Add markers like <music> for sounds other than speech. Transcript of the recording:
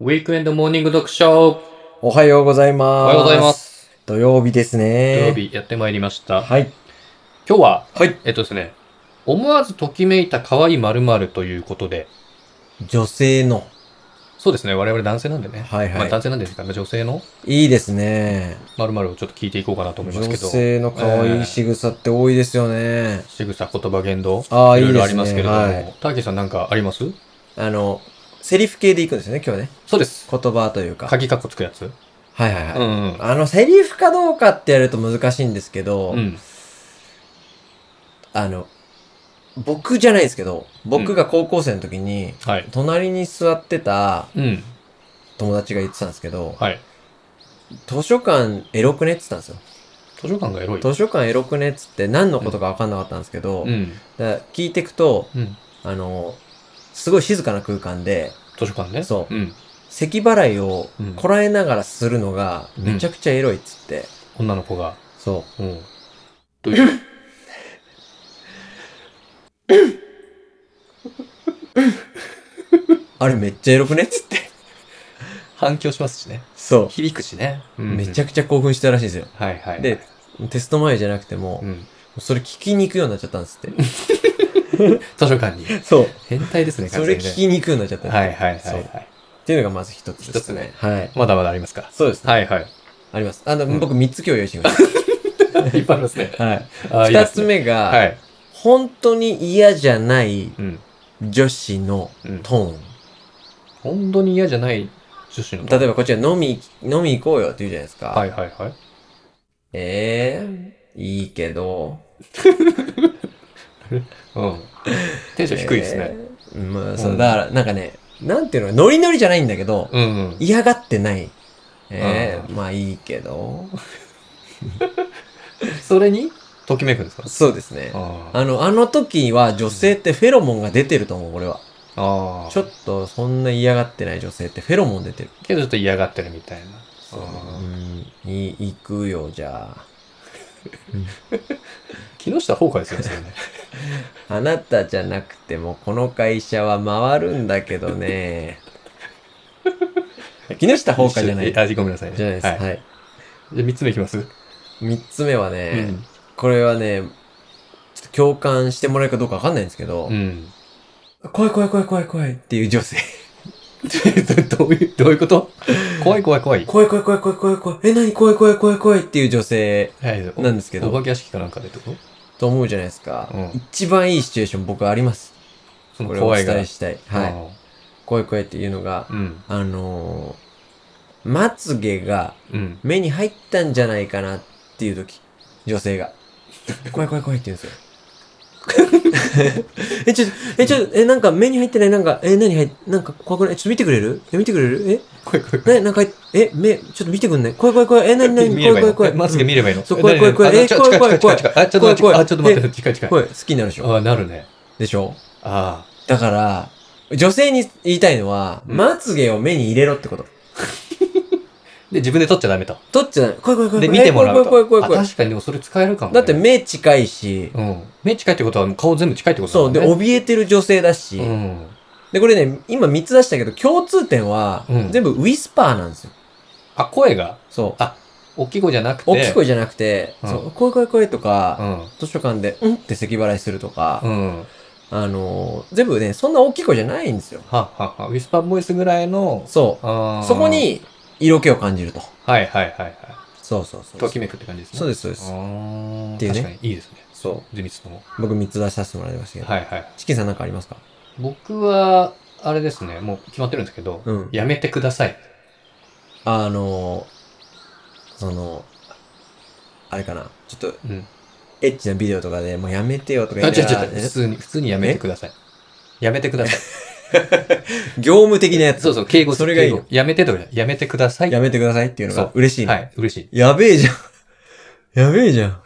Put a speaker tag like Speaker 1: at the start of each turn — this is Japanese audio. Speaker 1: ウィークエンドモーニング読書
Speaker 2: おはようございます。
Speaker 1: おはようございま。す。
Speaker 2: 土曜日です
Speaker 1: 土
Speaker 2: ね。
Speaker 1: 曜。日やってまいりました。
Speaker 2: はい。
Speaker 1: 今日は、
Speaker 2: はい。
Speaker 1: えっとですね、思わずときめいた可愛い〇〇ということで、
Speaker 2: 女性の。
Speaker 1: そうですね、我々男性なんでね。
Speaker 2: はいはい
Speaker 1: まあ男性なんですから、女性の
Speaker 2: いいですね。
Speaker 1: 〇〇をちょっと聞いていこうかなと思います
Speaker 2: 女
Speaker 1: けど、
Speaker 2: 性の可愛い仕草って多いですよね。
Speaker 1: 仕草、言葉、言動、
Speaker 2: ああ、
Speaker 1: い
Speaker 2: い
Speaker 1: ろ
Speaker 2: い
Speaker 1: い
Speaker 2: で
Speaker 1: ろあ
Speaker 2: す
Speaker 1: りま
Speaker 2: ね。
Speaker 1: すけれども、
Speaker 2: はい。
Speaker 1: ターキーさんなんかあります
Speaker 2: あの、セリフ系でいくんですよね、今日ね。
Speaker 1: そうです。
Speaker 2: 言葉というか。はい
Speaker 1: 鍵カッコつくやつ。
Speaker 2: はいはい。
Speaker 1: うんうん。
Speaker 2: あの、セリフかどうかってやると難しいんですけど、
Speaker 1: うん。
Speaker 2: あの、僕じゃないですけど、僕が高校生の時に、
Speaker 1: はい。
Speaker 2: 隣に座ってた
Speaker 1: うん。
Speaker 2: 友達が言ってたんですけど、
Speaker 1: はい。
Speaker 2: 図書館エロくねって言ってたんですよ。
Speaker 1: 図書館がエロい。
Speaker 2: 図書館エロくねっつって何のことか分かんなかったんですけど、
Speaker 1: うん。
Speaker 2: だから聞いてくと、
Speaker 1: うん。
Speaker 2: あの、すごい静かな空間で、
Speaker 1: 図書館ね。
Speaker 2: そう
Speaker 1: うん。
Speaker 2: 咳払いを
Speaker 1: うん
Speaker 2: こらえながらするのが
Speaker 1: うん
Speaker 2: めちゃくちゃエロいっつって、
Speaker 1: 女の子が。
Speaker 2: そ <laughs>
Speaker 1: うん。どういう。
Speaker 2: う。あれめっちゃエロくねっつって。 <laughs>
Speaker 1: 反響しますしね。
Speaker 2: そ
Speaker 1: 響くしね。
Speaker 2: う。めちゃ
Speaker 1: く
Speaker 2: くちゃ興奮してたらしいんですよ。
Speaker 1: ちゃ。はいはい。
Speaker 2: で、テスト前じゃなくても、
Speaker 1: うん。
Speaker 2: それ聞きに行くようになっちゃったんで
Speaker 1: <laughs>
Speaker 2: すって。
Speaker 1: 図書館に。
Speaker 2: そう。
Speaker 1: 変態ですね、
Speaker 2: そ
Speaker 1: 完
Speaker 2: れ聞
Speaker 1: 全にね
Speaker 2: きに行くようになっちゃったんです
Speaker 1: はいはいはい
Speaker 2: そ
Speaker 1: は
Speaker 2: うっ
Speaker 1: い。
Speaker 2: ていうのがまず一つですね。
Speaker 1: 一
Speaker 2: はい。
Speaker 1: まだまだありますか。
Speaker 2: そうですね。
Speaker 1: はい <laughs> はい。
Speaker 2: あります。あの、
Speaker 1: うん
Speaker 2: 僕3つ今日用意してきま
Speaker 1: <laughs>
Speaker 2: し
Speaker 1: いっぱいありますね。
Speaker 2: た。はい。
Speaker 1: あ
Speaker 2: 2つ。目が、
Speaker 1: はい。
Speaker 2: 本当に嫌じゃない
Speaker 1: うん。
Speaker 2: 女子の
Speaker 1: うん。
Speaker 2: トーン。
Speaker 1: 本当に嫌じゃない女子の。
Speaker 2: 例え
Speaker 1: ば。
Speaker 2: ばこっちが飲み、飲み行こうよって言うじゃないですか。
Speaker 1: はいはいはい。
Speaker 2: ええいいけど。
Speaker 1: うん。テンション低いですね。
Speaker 2: えー。まあ、
Speaker 1: ん
Speaker 2: そう、だから、なんかね、なんていうの、ノリノリじゃないんだけど、
Speaker 1: うんうん。
Speaker 2: 嫌がってない。え
Speaker 1: う
Speaker 2: えまあいいけど。
Speaker 1: それに、ときめくんですか
Speaker 2: そうですね。
Speaker 1: あー
Speaker 2: あの、あの時は女性ってフェロモンが出てると思う、俺は。
Speaker 1: あー。
Speaker 2: ちょっと、そんな嫌がってない女性ってフェロモン出てる。
Speaker 1: けどちょっと嫌がってるみたいな。
Speaker 2: う
Speaker 1: あー
Speaker 2: ん、い、行くよ、じゃあ。
Speaker 1: 木下崩壊ですよねそれね。
Speaker 2: あなたじゃなくてもこの会社は回るんだけどね。 <laughs> 木下放火じゃない。
Speaker 1: 一緒あ、ごめんなさいね。
Speaker 2: じゃないです。
Speaker 1: は
Speaker 2: はいい。
Speaker 1: じゃあ三つ目いきます
Speaker 2: 三つ目は
Speaker 1: う
Speaker 2: ね、
Speaker 1: ん。
Speaker 2: これはね、ちょっと共感してもらえるかどうかわかんないんですけど、
Speaker 1: うん。
Speaker 2: 怖い怖い怖い怖い怖いっていう女性。
Speaker 1: <laughs> どういう、どういうこと怖い怖い怖い。
Speaker 2: <laughs> 怖い怖い怖い怖い怖い怖い。え、何怖い怖い怖い怖いっていう女性
Speaker 1: はい、お
Speaker 2: なんですけ
Speaker 1: お化
Speaker 2: ど、
Speaker 1: け屋敷かなんかでってこと
Speaker 2: と思うじゃないですか。
Speaker 1: うん
Speaker 2: 一番いいシチュエーション僕あります。
Speaker 1: その
Speaker 2: これをお
Speaker 1: 怖いが。
Speaker 2: 伝えしたい。はい。怖い怖いっていうのが
Speaker 1: い。、うん。
Speaker 2: あのー、まつげが、
Speaker 1: うん。
Speaker 2: 目に入ったんじゃないかなっていう時、女性が。怖い怖い怖いって言うんですよ。 <laughs> え、ちょっと、え、ちょっと、え、なんか目に入ってない、なんか、え、何入っ、なんか怖くないちょっと見てくれるえ、見てくれる
Speaker 1: 怖い怖い
Speaker 2: え、
Speaker 1: 怖い。
Speaker 2: な、なんか、え、目、ちょっと見てくんない怖い怖い怖い。え、なになに
Speaker 1: 見
Speaker 2: 怖
Speaker 1: れ
Speaker 2: い
Speaker 1: ばいい
Speaker 2: 怖
Speaker 1: の
Speaker 2: い怖い。
Speaker 1: まつげ見ればいいの
Speaker 2: そう怖い怖い怖い
Speaker 1: 何
Speaker 2: え
Speaker 1: 何あ
Speaker 2: 怖い怖
Speaker 1: 近
Speaker 2: い
Speaker 1: 近近近近
Speaker 2: 怖い怖い
Speaker 1: あ、ちょっと待って、近い近い
Speaker 2: うん。。怖い。好きになるでしょ
Speaker 1: あ、なるね。
Speaker 2: でしょ
Speaker 1: あ
Speaker 2: だから、女性に言いたいのは、
Speaker 1: うん
Speaker 2: まつげを目に入れろってこと。
Speaker 1: あ。で、自分で撮っちゃダメと。
Speaker 2: 取っちゃない。怖い怖い怖い怖い。
Speaker 1: で、見てもらうと。
Speaker 2: え怖い怖い怖い怖い
Speaker 1: あ
Speaker 2: 怖い。
Speaker 1: 確かに、でもそれ使えるかもね。
Speaker 2: だって目近いし、
Speaker 1: うん。目近いってことは、顔全部近いってことだ
Speaker 2: そ
Speaker 1: も
Speaker 2: う。
Speaker 1: ん
Speaker 2: で、
Speaker 1: ね。
Speaker 2: 怯えてる女性だし、
Speaker 1: うん。
Speaker 2: で、これね、今3つ出したけど、共通点は
Speaker 1: うん、
Speaker 2: 全部ウィスパーなんですよ。
Speaker 1: あ、声が、
Speaker 2: そう。
Speaker 1: あ、大きい声じゃなくて。
Speaker 2: 大きい声じゃなくて、
Speaker 1: うん
Speaker 2: そう、声声声と
Speaker 1: う
Speaker 2: か、
Speaker 1: ん。
Speaker 2: 図書館で、うんって咳払いすると
Speaker 1: う
Speaker 2: か、
Speaker 1: ん。
Speaker 2: あのー、全部ね、そんな大きい声じゃないんですよ。
Speaker 1: はっはっは。ウィスパーボイスぐらいの、
Speaker 2: そう。
Speaker 1: そ
Speaker 2: そこ、に、色気を感じると。
Speaker 1: はいはいはいはい。
Speaker 2: そうそうそう。
Speaker 1: ときめくって感じですね。
Speaker 2: そう
Speaker 1: で
Speaker 2: です、そうです。っていう
Speaker 1: 確
Speaker 2: ね
Speaker 1: かにいいですね。
Speaker 2: そ
Speaker 1: で、三つとも。
Speaker 2: う。僕3つ出させてもらいましたけど。
Speaker 1: はいはい。
Speaker 2: チキンさんなんかありますか
Speaker 1: 僕は、あれですね、もう決まってるんですけど、
Speaker 2: うん
Speaker 1: やめてください。
Speaker 2: あのー、その、あれかな。ちょっと、
Speaker 1: うん。
Speaker 2: エッチなビデオとかでもうやめてよとか
Speaker 1: あ、
Speaker 2: 言
Speaker 1: 違う
Speaker 2: って
Speaker 1: 違う違う。普通に、普通にやめてください。やめてください。
Speaker 2: 業務的 <laughs> なやつ。
Speaker 1: そうそう、敬語
Speaker 2: それがいい
Speaker 1: 敬
Speaker 2: の
Speaker 1: 語やめてとかじゃないやめてください。
Speaker 2: やめてくださいっていうの
Speaker 1: そ
Speaker 2: が
Speaker 1: う
Speaker 2: 嬉しいね
Speaker 1: はい、嬉しい。
Speaker 2: <laughs> やべえじゃん。やべえじゃん。